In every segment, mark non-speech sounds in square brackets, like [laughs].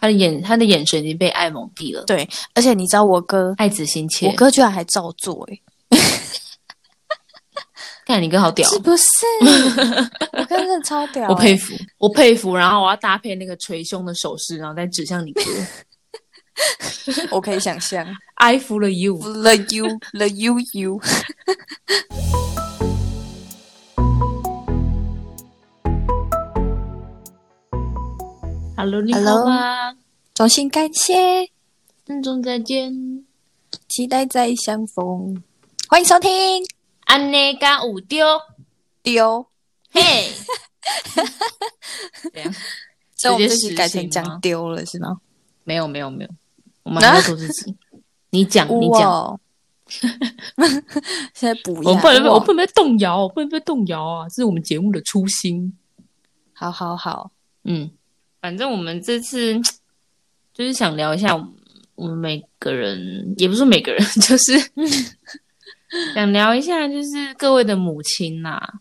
他的眼他的眼神已经被爱蒙蔽了，对，而且你知道我哥，爱子心切。我哥居然还照做、欸，看你哥好屌是，不 [laughs] 是？我哥真的超屌、欸我佩服，我佩服。然后我要搭配那个捶胸的手势，然后再指向你哥欸 [laughs] 我可以想象，I f o l l o you。 ，the you the you [laughs] you。 Hello，你好 Hello 吗？衷心感谢，郑重再见。期待再相逢。欢迎收听安内嘎五丢，丢，嘿。这样所以我们这直期接改实行成吗讲丢了是吗？没有没有没有，我们还在做自己。你讲你讲，哇， [laughs] 现在补一我们不能被下，我哇不能被动摇，我不能被动摇啊！这是我们节目的初心。好好好，嗯，反正我们这次就是想聊一下我们，我们每个人，也不是说每个人， [laughs] 就是 [laughs] 想聊一下，就是各位的母亲 [laughs] 啦、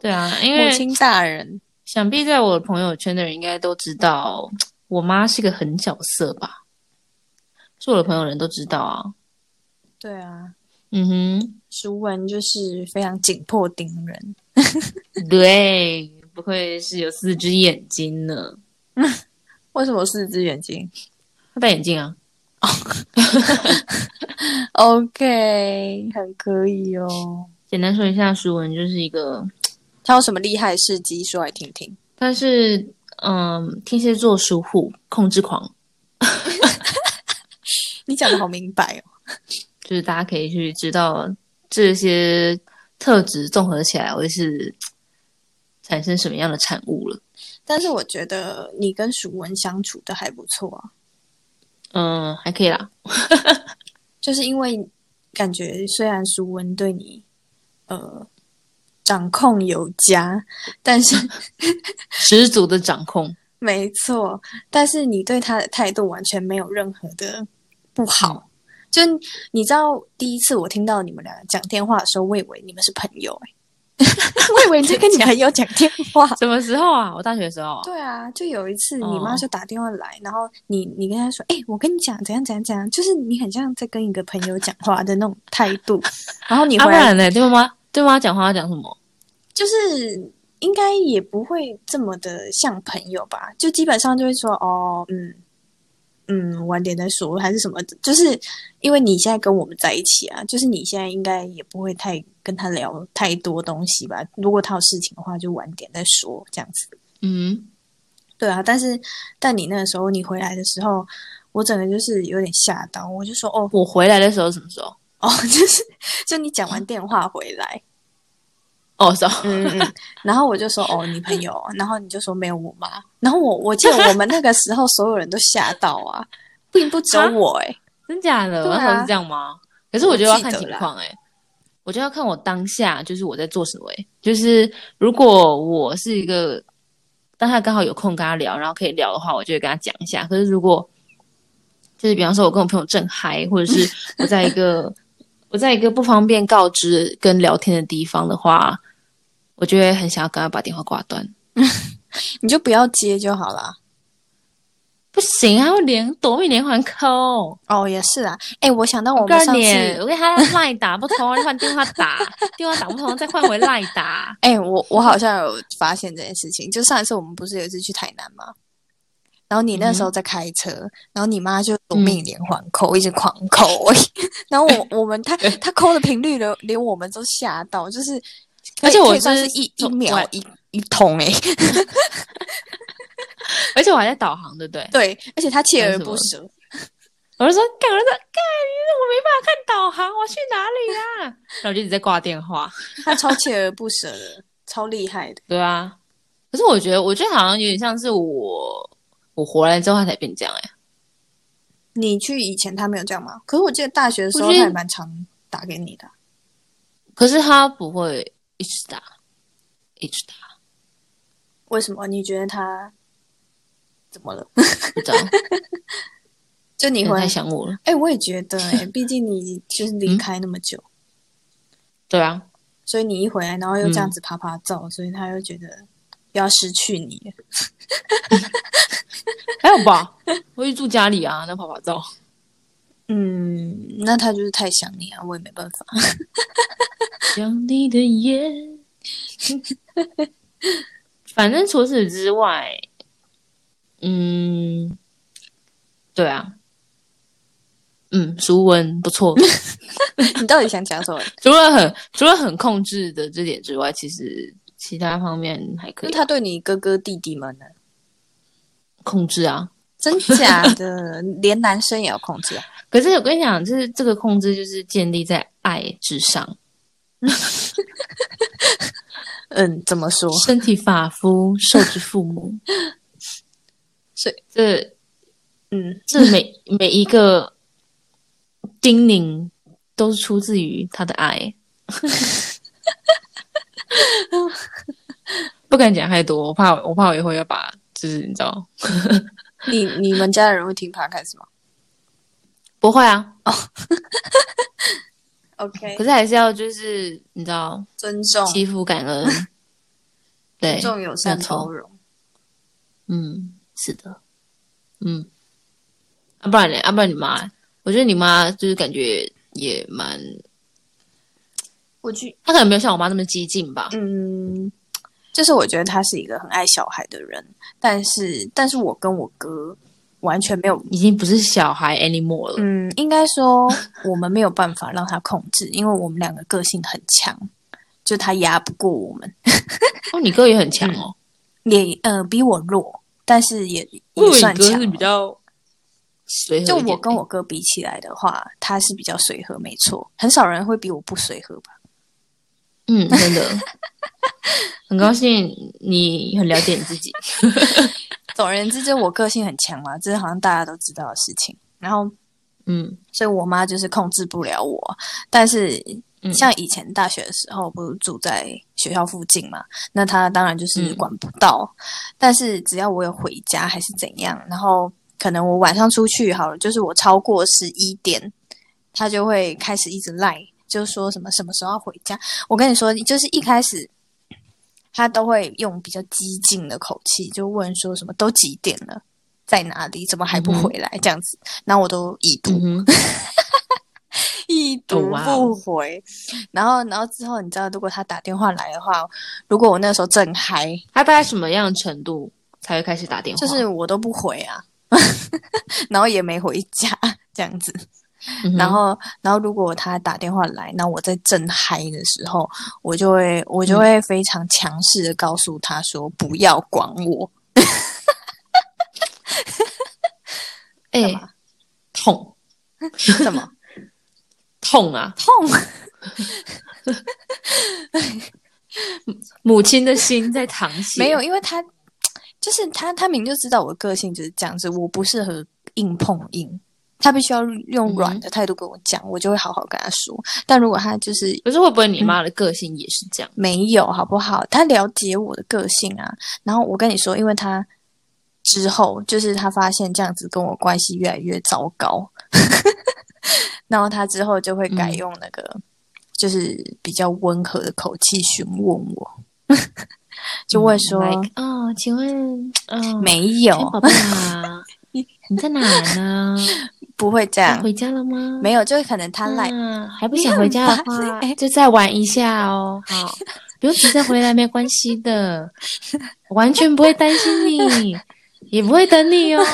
对啊，因母为亲大人，想必在我朋友圈的人应该都知道，我妈是个狠角色吧？是我的朋友人都知道啊。对啊，嗯哼，熟文就是非常紧迫盯人，对，不愧是有四只眼睛呢。为什么四只眼睛她戴眼镜啊。 ？OK，很可以哦。简单说一下，舒文就是一个他有什么厉害的事迹说来听听？他是嗯天蝎座属虎，控制狂，你讲的好明白哦。就是大家可以去知道这些特质综合起来会是产生什么样的产物了。 [laughs] 但是我觉得你跟熟文相处的还不错啊，嗯，还可以啦。就是因为感觉虽然熟文对你呃掌控有加，但是十足的掌控，没错，但是你对他的态度完全没有任何的不好。就你知道，第一次我听到你们俩讲电话的时候，我以为你们是朋友、欸， [laughs] 我以为你在跟你朋友 [laughs] 讲电话。什么时候啊？我大学的时候啊、 [laughs] 对啊，就有一次你哦妈就打电话来，然后你你跟她说：“哎、我跟你讲怎样怎样怎样。”就是你很像在跟一个朋友讲话的那种态度。然后你 [laughs] 啊，回不来、然呢？对妈妈对妈妈讲话要讲什么？就是应该也不会这么的像朋友吧，就基本上就会说哦，嗯嗯，晚点再说还是什么的，就是因为你现在跟我们在一起啊，就是你现在应该也不会太跟他聊太多东西吧，如果他有事情的话，就晚点再说这样子。嗯，对啊，但是但你那个时候你回来的时候，我整个就是有点吓到，我就说哦我回来的时候是什么时候？哦， [laughs] 就是就你讲完电话回来，哦，是哦嗯，嗯，嗯，然后我就说哦，你朋友哎啊，然后你就说没有我妈，然后我我记得我们那个时候所有人都吓到啊，并不只有我哎、真假的？对啊我那时候是这样吗？可是我觉得要看情我记得啦况哎、我觉得要看我当下就是我在做什么哎、就是如果我是一个当下刚好有空跟他聊，然后可以聊的话，我就会跟他讲一下。可是如果就是比方说我跟我朋友正嗨，或者是 [laughs] 我在一个我在一个不方便告知跟聊天的地方的话，我就会很想要赶快把电话挂断。你就不要接就好啦。不行啊，我连夺命连环扣。哦，也是啊，哎、我想到我我告们诉上次，你，哎、我给 [laughs] 他赖打不通，换电话打，电话打不通，再换回赖打。哎我我好像有发现这件事情，就上一次我们不是有一次去台南吗？然后你那嗯时候在开车，然后你妈就夺命连环扣，一直狂扣，欸 [laughs] 然后我我 [laughs] 们她她扣的频率连连我们都吓到，就是可以而且我可以算是是一一从秒我一一通哎、而且我还在导航，对不对？对，而且他锲还有而什不么 [laughs] 舍。我就说，干，我就说，干，我没办法看导航，我去哪里啦、然后我就一直在挂电话。他超锲而不舍的，超厉害的。对啊，可是我觉得，我觉得好像有点像是我，我回来之后他才变这样哎、你去以前他没有这样吗？可是我记得大学的时候我他觉得也蛮常打给你的。可是他不会一直打，一直打，为什么？你觉得他怎么了？ [laughs] 不知道，就你因回为太，来嗯想我了。哎、我也觉得、哎，毕竟你就是离开那么久，对啊，所以你一回来，然后又这嗯样子啪啪照，所以他又觉得要失去你了。哎，要吧？我就住家里啊，那跑跑照。嗯，那他就是太想你啊，我也没办法。 [laughs] 想你的夜。 [laughs] 反正除此之外，嗯，对啊，嗯，熟文不 [laughs] 错。你到底想讲 [laughs] 什么？除了很除了很控制的这点之外，其实其他方面还可那以他对你哥哥弟弟们呢？控制啊。真假的， [laughs] 连男生也要控制啊？可是我跟你讲，就是这个控制就是建立在爱之上，嗯，怎么说？身体发肤受之父母， [laughs] 所以，这嗯，这每每一个叮咛都是出自于他的爱。 [laughs] 不敢讲太多，我怕我怕我以后要把就是你知道你你们家人会听 podcast 吗不会啊， ？OK，可是还是要就是你知道尊重欺负感恩，对，重友善没错包容。嗯，是的，嗯，啊，不然呢？啊，不然你妈，我觉得你妈就是感觉也蛮，我去，她可能没有像我妈那么激进吧。嗯，就是我觉得他是一个很爱小孩的人，但是但是我跟我哥完全没有，已经不是小孩 anymore 了，嗯，应该说我们没有办法让他控制，因为我们两个个性很强，就他压不过我们，哦，你哥也很嗯强哦，也呃比我弱，但是也我以也为算你哥强是比了。较随和一就点点，我跟我哥比起来的话，他是比较随和，没错，很少人会比我不随和吧？嗯，真的， [laughs] 很高兴你很了解你自己，总而言之，就是我个性很强嘛，这是好像大家都知道的事情。然后 [laughs] 嗯所以我妈就是控制不了我。但是嗯像以前大学的时候，不是住在学校附近嘛，那她当然就是嗯管不到。但是只要我有回家还是怎样，然后可能我晚上出去好了，就是我超过十一点，她就会开始一直赖，就说什么什么时候要回家。我跟你说，就是一开始。她都会用比较激进的口气，就问说什么都几点了，在哪里，怎么还不嗯哼回来、这样子，然后我都已读嗯哼，已读哦哇不哦回。然后，然后之后，你知道，如果他打电话来的话，如果我那时候正嗨，他大概什么样的程度才会开始打电话？就是我都不回啊， [laughs] 然后也没回家这样子。嗯哼，然后，然后如果他打电话来，那我在正嗨的时候，我就会我嗯就会非常强势的告诉他说不要管我，哎、干嘛痛 [laughs] 什么痛啊，痛？母亲的心在淌血，没有，因为他就是他，他明就知道我的个性就是这样子，我不适合硬碰硬，他必须要嗯用软的态度跟我讲，我就会好好跟他说。但如果他就是可是会不会你妈的个性也是这样？没有，好不好？他了解我的个性啊。然后我跟你说，因为他之后就是他发现这样子跟我关系越来越糟糕， [laughs] 然后他之后就会改嗯用那个、就是比较温和的口气询问我， [laughs] 就会说。嗯 like, 哦，请问，哦，没有，哎宝贝啊， [laughs] 你在哪儿呢？不会这要样，回家了吗？没有，就是可能他来，嗯，还不想回家的你很话烦 [laughs] 哎，就再玩一下哦。好，不用急着回来，没关系的，我完全不会担心 [laughs] 你，也不会等你哦。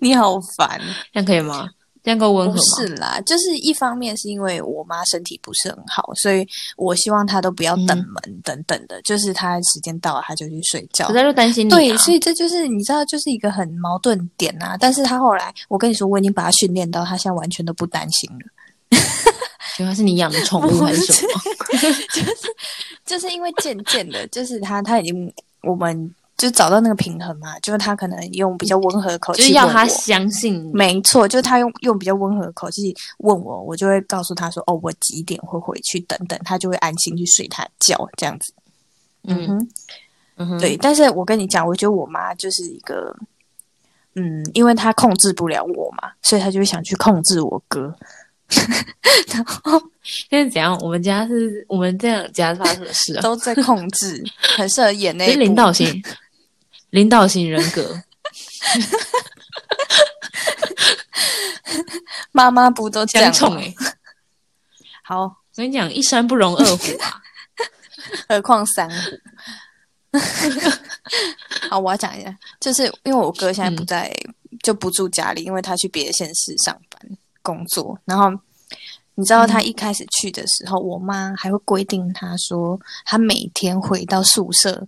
你好烦。这样可以吗？这样够温和不吗？是啦，就是一方面是因为我妈身体不是很好，所以我希望她都不要等门、等等的，就是她时间到了她就去睡觉我。在就担心你啊。哦对，所以这就是你知道，就是一个很矛盾点啊。但是她后来，我跟你说，我已经把她训练到，她现在完全都不担心了。原来是你养的宠物还是哦什么？就是因为渐渐的，就是她她已经我们就找到那个平衡嘛，就是她可能用比较温和的口就气是要问他 [laughs] 我相信你。没错，就是他用用比较温和的口气问我，我就会告诉他说：“哦，我几点会回去，等等。”他就会安心去睡他的觉，这样子。嗯嗯哼，嗯哼，对。但是我跟你讲，我觉得我妈就是一个，嗯，因为她控制不了我嘛，所以她就会想去控制我哥。然后现在怎样？我们家是我们这样家发生什么事 [laughs] 啊？都在控制，很适合演那是一领部导型，领导型人格，妈妈不都 [laughs] 这样啊相吗冲哎，好，我跟你讲，一山不容二 [laughs] 哎虎啊。何况三虎。好，我要讲一下，就是因为我哥现在嗯不在，就不住家里，因为他去别的县市上班工作。然后你知道嗯他一开始去的时候，我妈还会规定他说，他每天回到宿舍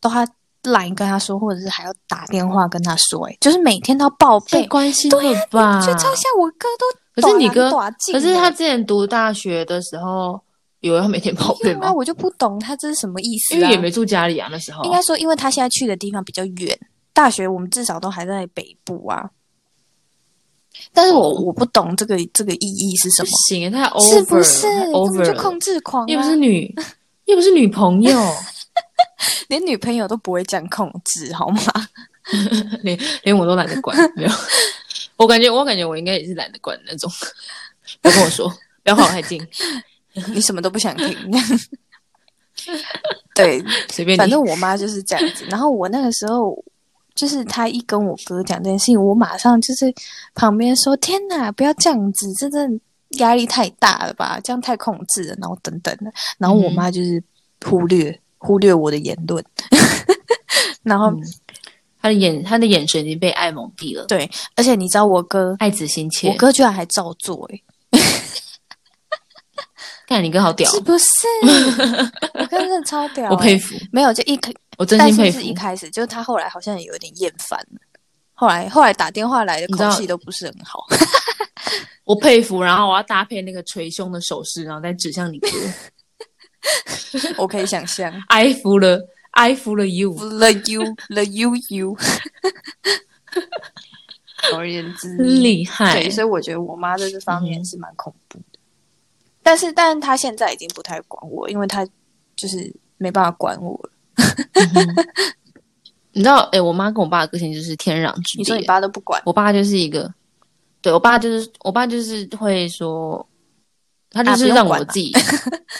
都他懒跟他说，或者是还要打电话跟他说、欸，就是每天都要报太备。关心了吧？就啊超啊像我哥都可大是人大你进哥了，，可是他之前读大学的时候，有要每天跑没对有啊，吗？我就不懂他这是什么意思、啊。因为也没住家里啊，那时候应该说，因为他现在去的地方比较远，大学我们至少都还在北部啊。但是我我不懂这个这个意义是什不么，行欸，太是哦 over 不了是太？根本 over 就了控，制狂、啊，又不是 [laughs] 女，又不是女朋友，连女朋友都不会这样控制，[laughs] 好吗？ [laughs] 连连我都懒得管，没有。 [laughs] 我感觉，我感觉我应该也是懒得管的那种。 [laughs] 不要跟我说，不要靠我太 [laughs] 近，你什么都不想听。 [laughs] 对，随便你。反正我妈就是这样子。然后我那个时候，就是她一跟我哥讲这件事情，我马上就是旁边说：“天哪，不要这样子，真的压力太大了吧？这样太控制了。”然后等等的，然嗯后我妈就是忽略、忽略我的言论， [laughs] 然后、嗯他的眼，他的眼神已经被爱蒙蔽了，对，而且你知道我哥，爱子心切我。哥居然还照做、欸，看你哥好屌是，[laughs] 不是？我哥真的超屌、欸，我佩服，没有，就一开我真但心是佩是一服。开始就是他后来好像也有点厌烦了，后来后来打电话来的你知道口气都不是很好。我佩服，然后我要搭配那个捶胸的手势，然后再指向 [laughs] 你哥，我可以 [laughs] 想象 I 服了，I 服了 you。 ，the you the you [laughs] you。总而言之，厉害嗯对，所以我觉得我妈在这方面是蛮恐怖的。但是，但是她现在已经不太管我，因为她就是没办法管我了。嗯你知道，哎、我妈跟我爸的个性就是天壤之你别说。你爸都不管，我爸就是一个，对我爸就是我爸就是会说，他就啊是不用让管我啦自己、 [laughs]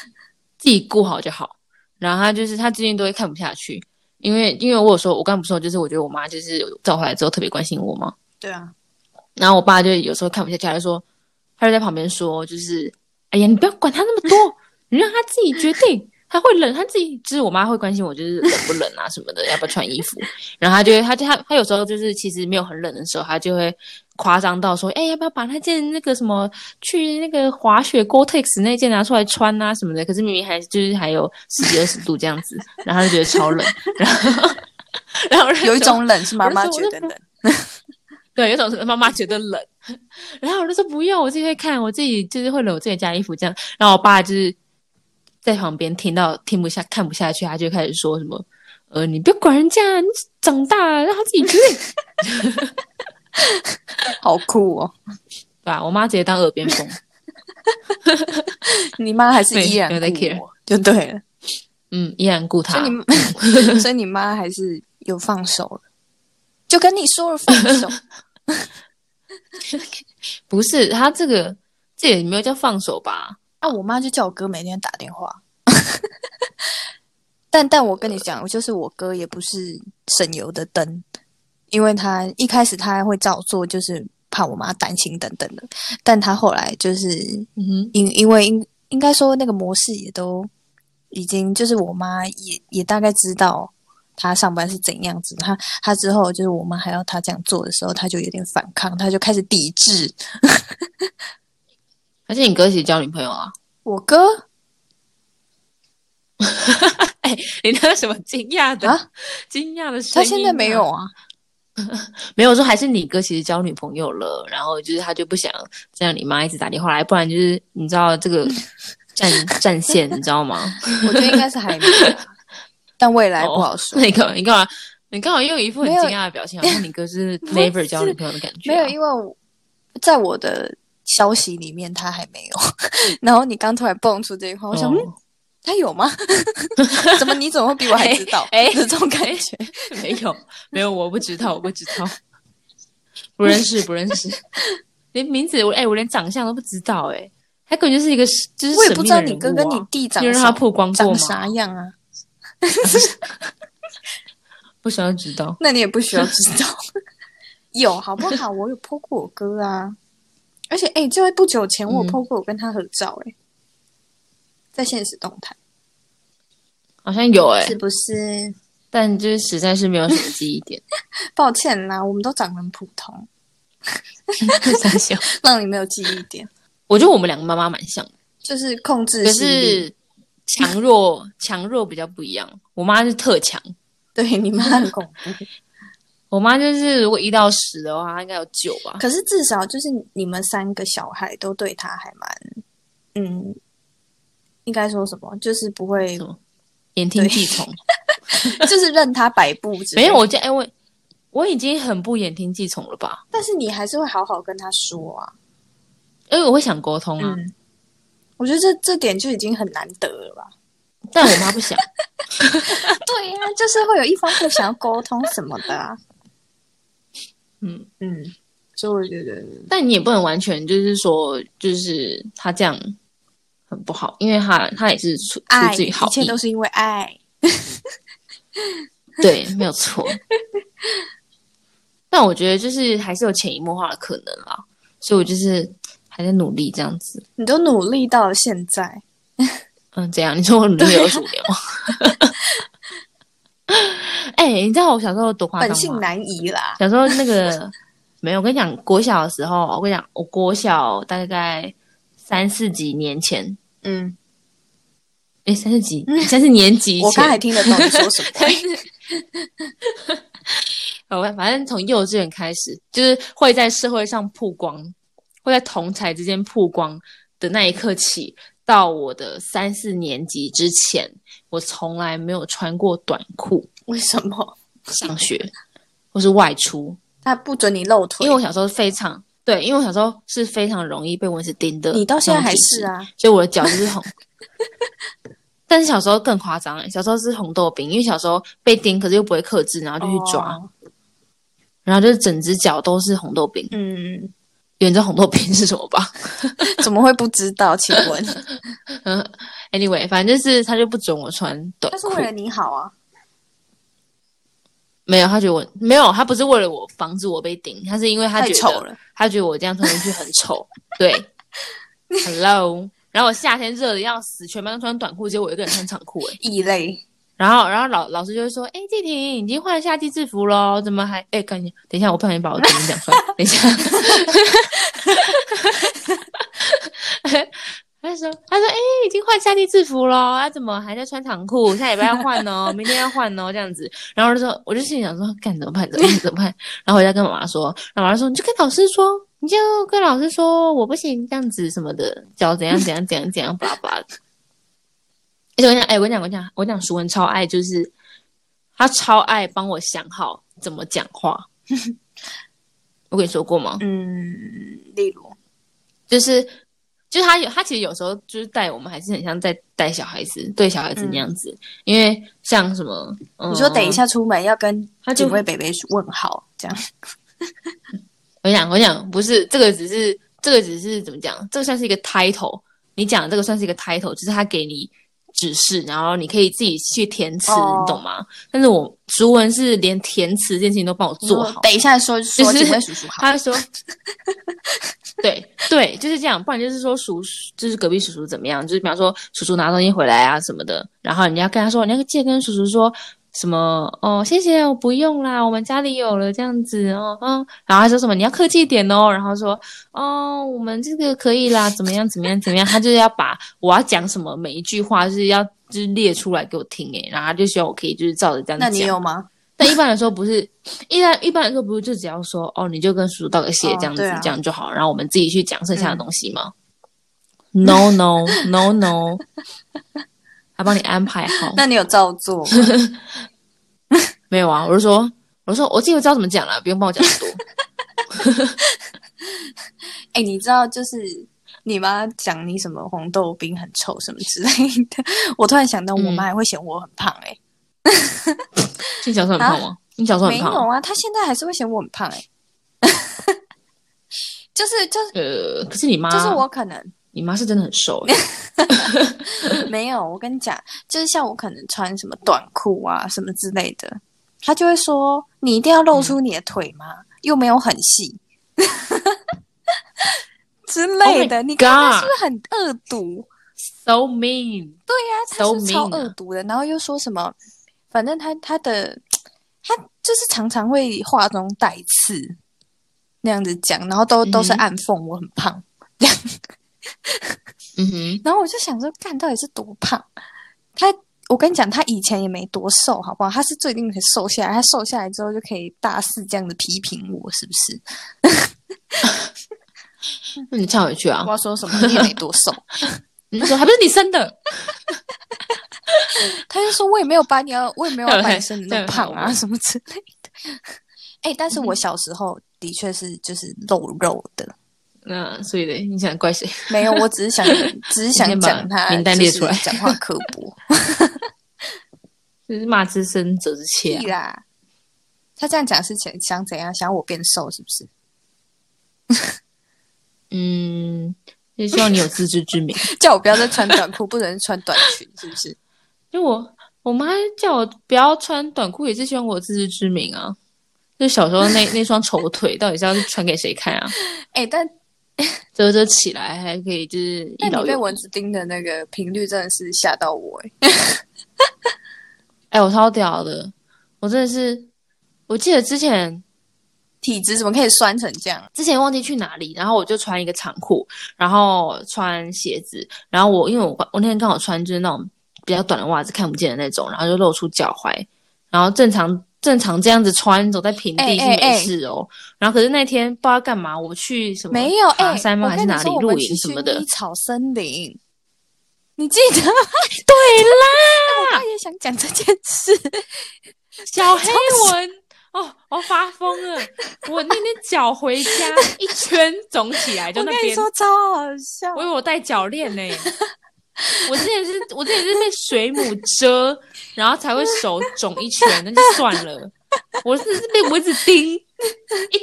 自己顾好就好。然后他就是他最近都会看不下去，因为因为我有说，我刚不是说，就是我觉得我妈就是照回来之后特别关心我嘛。对啊，然后我爸就有时候看不下去，他就说，他就在旁边说，就是，哎呀，你不要管他那么多，你让他自己决定，他会冷，他自己知我妈会关心我，就是冷不冷啊什么的，要不要穿衣服。然后他就会，他就他他有时候就是其实没有很冷的时候，他就会夸张到说，哎，要不要把那件那个什么去那个滑雪 Gore-Tex 那件拿出来穿啊什么的？可是明明还就是还有十几二十度这样子，然后他就觉得超冷，然后然后我就有一说种冷是妈 [laughs] 妈我就说觉得冷，对，有种是妈妈觉得冷， [laughs] 然后我就说不用，我自己会看，我自己就是会冷，我自己加衣服这样。然后我爸就是在旁边听到听不下看不下去，他就开始说什么：“呃，你不要管人家，你长大了让他自己决定，好酷哦！对吧？”我妈直接当耳边风，你妈还是对依然没有在顾 care 我，就对了。 [laughs] 嗯，依然顾所他以。你，所以你妈还是有放手了，就跟你说了放手，不是他这个，这也没有叫放手吧？啊，我妈就叫我哥每天打电话。但但我跟你讲，就是我哥也不是省油的灯，因为他一开始他会照做，就是怕我妈担心等等的。但他后来就是嗯哼，因因为应应该说那个模式也都已经，就是我妈也也大概知道他上班是怎样子。他他之后就是我妈还要他这样做的时候，他就有点反抗，他就开始抵制而且你哥一起交女朋友啊？ [laughs] 我哥。你那什么惊讶的、啊惊讶的声他音啊？现在没有啊，没有说还是你哥其实交女朋友了，然后就是他就不想这样，你妈一直打电话来，不然就是你知道这 [laughs] 个战战线，你知道吗？我觉得应该是还没有啊，但未来不好说。那你干嘛？你干嘛？你干嘛又有一副很没有惊讶的表情，好像你哥是不是 never 交女朋友的感觉没啊、有，因为我在我的消息里面他还没有。 [laughs] 然后你刚突然蹦出这句话，我想、嗯哦他有吗？ [laughs] 怎么你怎么会比我还知道？ [laughs] 哎哎这种感觉。没 [laughs] 有，没有，我不知道，我不知道， [laughs] 不认识，不认识， [laughs] 连名字我哎、我连长相都不知道哎、他根本就是一个就是、我也不知道你哥跟啊你弟啊长啊你有让什他么曝光过长吗？啥样啊？不想要知道。那你也不需要知道， [laughs] 有好不好？我有 po 过我哥啊，而且哎、欸，就不久前我嗯 po 过我跟他合照、欸，哎、在现实动态好像有哎、是不是？但就是实在是没有什么记忆 [laughs] 点，抱歉啦，我们都长得很普通，傻笑。让你没有记忆点，我觉得我们两个妈妈蛮像的，就是控制可心理是强弱强弱比较不一样。我妈是特强，对你妈很恐怖。 [laughs] 我妈就是如果一到十的话，应该有九吧。可是至少就是你们三个小孩都对他还蛮，嗯，应该说什么？就是不会什，么言听计 [laughs] 从，就是任他摆布之类的。没有我这哎、我我已经很不言听计从了吧？但是你还是会好好跟他说啊。因为我会想沟通啊，嗯，我觉得这这点就已经很难得了吧？但我妈不想。 [laughs] 对呀、就是会有一方会想要沟通什么的啊。 [laughs] 嗯，嗯，所以我觉得， [laughs] 但你也不能完全就是说，就是她这样很不好，因为她她也是出爱出自一于好切意都，是因为爱。 [laughs] 对，没有错。但我觉得就是还是有潜移默化的可能啦，所以我就是还在努力这样子。你都努力到了现在，嗯，怎样？你说我努力啊有什么用？ [laughs] 哎、你知道我小时候多夸本张性吗？难移啦。小时候那个没有，我跟你讲，国小的时候，我跟你讲，我国小大概三四几年前，嗯，哎、三四 [laughs] 几，三四年级我刚才前，听得懂你说什么。三 [laughs] 四，好吧，呃反正从幼稚园开始，就是会在社会上曝光，会在同才之间曝光的那一刻起，到我的三四年级之前，我从来没有穿过短裤为什么上学或是外出，他不准你露腿？因为我小时候非常对，因为我小时候是非常容易被蚊子叮的，你到现在还是啊，所以我的脚就是红。 [laughs] 但是小时候更夸张、欸，小时候是红豆冰，因为小时候被叮，可是又不会克制，然后就去抓，哦然后就是整只脚都是红豆冰。嗯，你知道红豆冰是什么吧怎么会不知道？请 [laughs] 问？Anyway，反正就是他就不准我穿短他是裤，为了你好啊？没有，他觉得我没有，他不是为了我防止我被叮，他是因为他太觉丑得了，他觉得我这样穿进去很丑， [laughs] 对，Hello。然后我夏天热的要死，全班都穿短裤，结果我一个人穿长裤、欸， [laughs] 异类。然后，然后老老师就会说：“哎，季婷已经换夏季制服喽，怎么还……哎，赶紧，等一下，我不小心把我的名讲出来，等一下。”他就说：“他说，哎，已经换夏季制服喽，啊，怎么还在穿长裤？下礼拜要换哦，明天要换哦，这样子。”然后我就说，我就心里想说，干怎么办？怎么办？怎么办？然后我就跟妈妈说，然后妈妈说，你就跟老师说，你就跟老师说我不行，这样子什么的，脚怎样怎样怎样怎样，巴拉巴拉的。而且我跟你讲，哎、我跟你讲，我跟你讲，我跟你讲，淑文超爱，就是他超爱帮我想好怎么讲话。我跟你说过吗？嗯，例如，就是就是他有他其实有时候就是带我们，还是很像在带小孩子，对小孩子那样子。因为像什么，嗯嗯你说等一，下出门要跟他几就位北北问好，这样我跟你讲，我跟你讲，不是这个，只是这个只是怎么讲？这个算是一个 title，你讲的这个算是一个 title，就是他给你指示，然后你可以自己去填词哦你懂吗？但是我熟文是连填词这件事情都帮我做你说好。嗯等一下说说就是几位叔叔好，他会说， [laughs] 对对，就是这样，不然就是说叔，就是隔壁叔叔怎么样，就是比方说叔叔拿东西回来啊什么的，然后你要跟他说，你要记得跟叔叔说什么哦，谢谢，我不用啦，我们家里有了这样子哦，嗯，然后他说什么你要客气一点哦，然后说哦，我们这个可以啦，怎么样怎么样怎么样，他就是要把我要讲什么每一句话就是要就是列出来给我听诶，然后他就希望我可以就是照着这样那讲。你有吗？ [laughs] 但一般来说不是，一般一般来说不是就只要说哦，你就跟叔叔道个谢哦这样子、对啊嗯这样就好，然后我们自己去讲剩下的东西吗、n [laughs] o no no no，他帮你安排好。那你有照做吗？ [laughs] 没有啊，我就说，我就说我自己知道怎么讲了，不用帮我讲那么多。哎，你知道就是你妈讲你什么红豆冰很臭什么之类的， [laughs] 我突然想到我妈还会嫌我很胖哎，你小时候很胖吗？你小时候很没胖有吗？啊，她现在还是会嫌我很胖哎， [laughs] 就是就是呃，可是你妈，就是我可能。你妈是真的很瘦、 [laughs] 欸，没有，我跟你讲，就是像我可能穿什么短裤啊什么之类的，他就会说你一定要露出你的腿吗？嗯又没有很细 [laughs] 之类的 Oh my 你看他 God 是不是很恶毒？ ，so mean，对呀、他 So 是超 mean 啊恶毒的，然后又说什么，反正他他的他就是常常会画中带刺那样子讲，然后都都是嗯哼暗讽我很胖。嗯哼，然后我就想说，干到底是多胖？他，我跟你讲，他以前也没多瘦，好不好？他是最近才瘦下来，他瘦下来之后就可以大肆这样的批评我，是不是？那你唱回去啊我！要说什么？你也没多瘦，你说还不是你生的？ [laughs] [laughs] 他就说我也没有把你要，我也没有对把你生的那么胖对啊，什么之类的。 [laughs] 哎、但是我小时候的确是就是露肉的，那所以嘞，你想怪谁？ [laughs] 没有，我只是想， [laughs] 只是想你先把讲他名单列出来就是讲话刻 [laughs] 薄，就是骂之深，责之切、屁啊。啦。他这样讲是想想怎样？想我变瘦是不是？嗯，也希望你有自知之明。叫我不要再穿短裤，不能穿短裙，是不是？ [laughs] 因为我我妈叫我不要穿短裤，也是希望我有自知之明啊。就小时候 [laughs] 那那双丑腿，到底是要穿给谁看啊？哎、但遮遮起来还可以，就是一但劳你被永逸。蚊子叮的那个频率真的是吓到我哎、哎、我超屌的，我真的是，我记得之前体质怎么可以酸成这样？之前忘记去哪里，然后我就穿一个长裤，然后穿鞋子，然后我因为我我那天刚好穿就是那种比较短的袜子，看不见的那种，然后就露出脚踝，然后正常正常这样子穿走在平地是哎哎哎没事哦。然后可是那天不知道干嘛，我去什么没有哎、爬山吗？我还是跟你哪里说，我露们去营什么的薰衣？草 [laughs] 森林，你记得吗？对啦，我刚也想讲这件事，小黑蚊哦，我发疯了！我那天脚回家 [laughs] 一圈肿起来，就我那跟你边说超好笑我。以为我戴脚链 [laughs] 呢。我之前是，我之前是被水母蛰，然后才会手肿一圈，那就算了。我是被蚊子叮一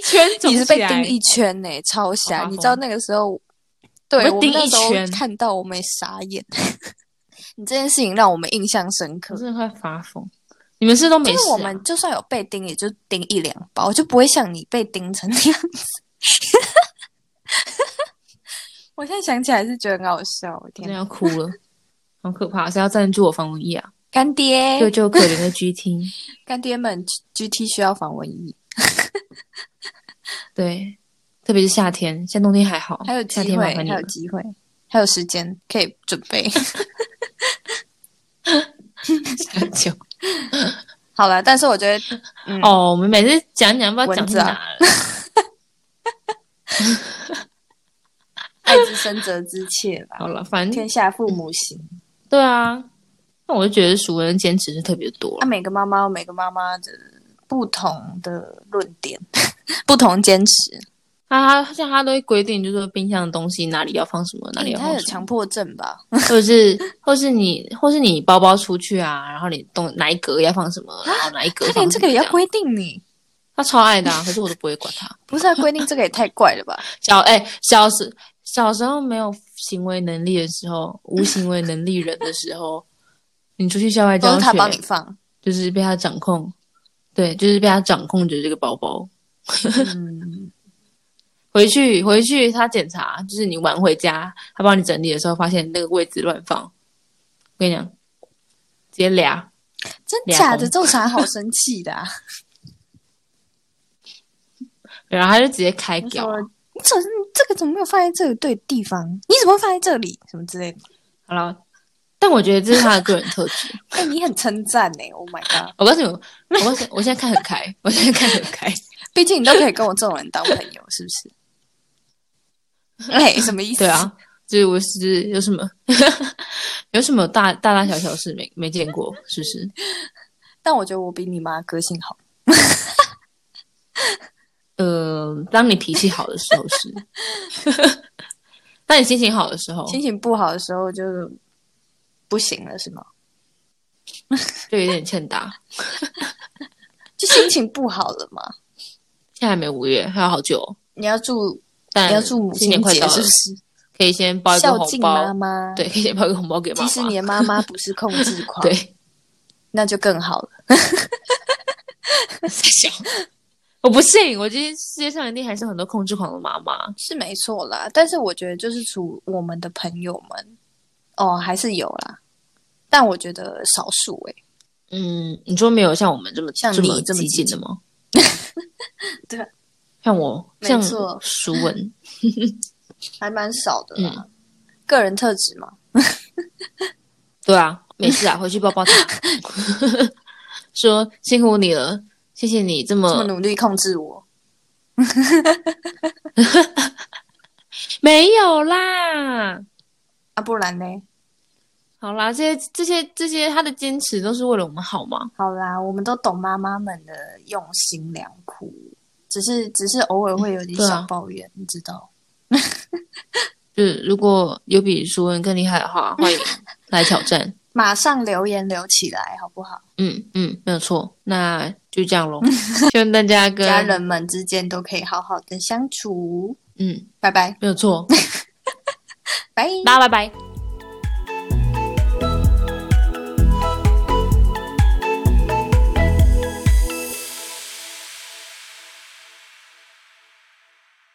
圈肿你起来，是被叮一圈呢、超我吓！发你知道疯那个时候，对被我叮们那一时候圈看到我们也傻眼。 [laughs] 你这件事情让我们印象深刻我，真的快发疯。你们是都没因事、为啊？我们就算有被叮，也就叮一两包，就不会像你被叮成那样子。 [laughs] 我现在想起来是觉得很好笑，我真天的哪！要哭了，好可怕！谁要赞助我防蚊液啊？干爹，救救可怜的 GT！干爹们，G T 需要防蚊衣，对，特别是夏天，现在冬天还好，还有夏机天麻会，烦你还有们。机会，还有时间可以准备。 [laughs] [laughs] 就好了，但是我觉得，嗯，哦，我们每次讲一讲，不知道讲蚊去子啊哪了。爱之深责之切吧，好了，反正天下父母心。对啊，那我就觉得熟人的坚持是特别多啊，了。每个妈妈有每个妈妈的不同的论点， [laughs] 不同坚持。他他像他都会规定，就是说冰箱的东西哪里要放什么，哪里欸要他有放什么，强迫症吧？或者是或是你或是你包包出去啊，然后你东哪一格要放什么，然后哪一格他放连什这么个也要样规定你？他超爱的啊，可是我都不会管他。不是他啊规定这个也太怪了吧？小哎、小时小时候没有行为能力的时候，无行为能力人的时候，你出去校外都教是学，他帮你放。就是被他掌控，对，就是被他掌控着这个包包。嗯，回去回去，他检查，就是你晚回家，他帮你整理的时候，发现那个位置乱放。我跟你讲，直接俩， [laughs] 真假俩的，这种啥好生气的、啊？然后他就直接开我掉说。你怎么这个怎么没有放在这个对的地方？你怎么会放在这里？什么之类的？好了，但我觉得这是他的个人特质。哎、你很称赞呢，Oh my god！我告诉你，我告诉你，我现在看很开，我现在看很开。毕竟你都可以跟我这种人当朋友，是不是？哎、什么意思？对啊，就是我是有什么 [laughs] 有什么大大大小小事没没见过，是不是？但我觉得我比你妈个性好。呃，当你脾气好的时候是， [laughs] 当你心情好的时候心情不好的时候就是不行了，是吗？就有点欠打。就心情不好了嘛。现在还没五月，还有好久哦、你要祝但你要祝母哎新年亲快节到是了不，是？可以先包一个孝红敬包妈，妈，，对，可以先包一个红包给妈即妈。使 [laughs] 你的妈妈不是控制狂，对，那就更好了。太小，我不信，我觉得世界上一定还是有很多控制狂的妈妈。是没错啦，但是我觉得就是除我们的朋友们，哦，还是有啦，但我觉得少数欸诶、嗯，你说没有像我们这么像这么你这么激进啊激的 [laughs] 吗？对，像我，没像错熟文，还蛮少的嗯啦。个人特质嘛，对啊，没事 [laughs] 啊，回去抱抱他，说辛苦你了，谢谢你这这么么努力控制我，没有啦。啊，不然呢？好啦，这些这些这些，他的坚持都是为了我们好吗？好啦，我们都懂妈妈们的用心良苦，只是只是偶尔会有点对啊小抱怨，你知道？就是如果有比熟文更厉害的话，欢迎来挑战。马上留言留起来，好不好？嗯嗯，没有错，那就这样 [laughs] 喽。希望大家跟家人们之间都可以好好的相处。嗯，拜拜， [laughs] 没有错。拜。大家拜拜。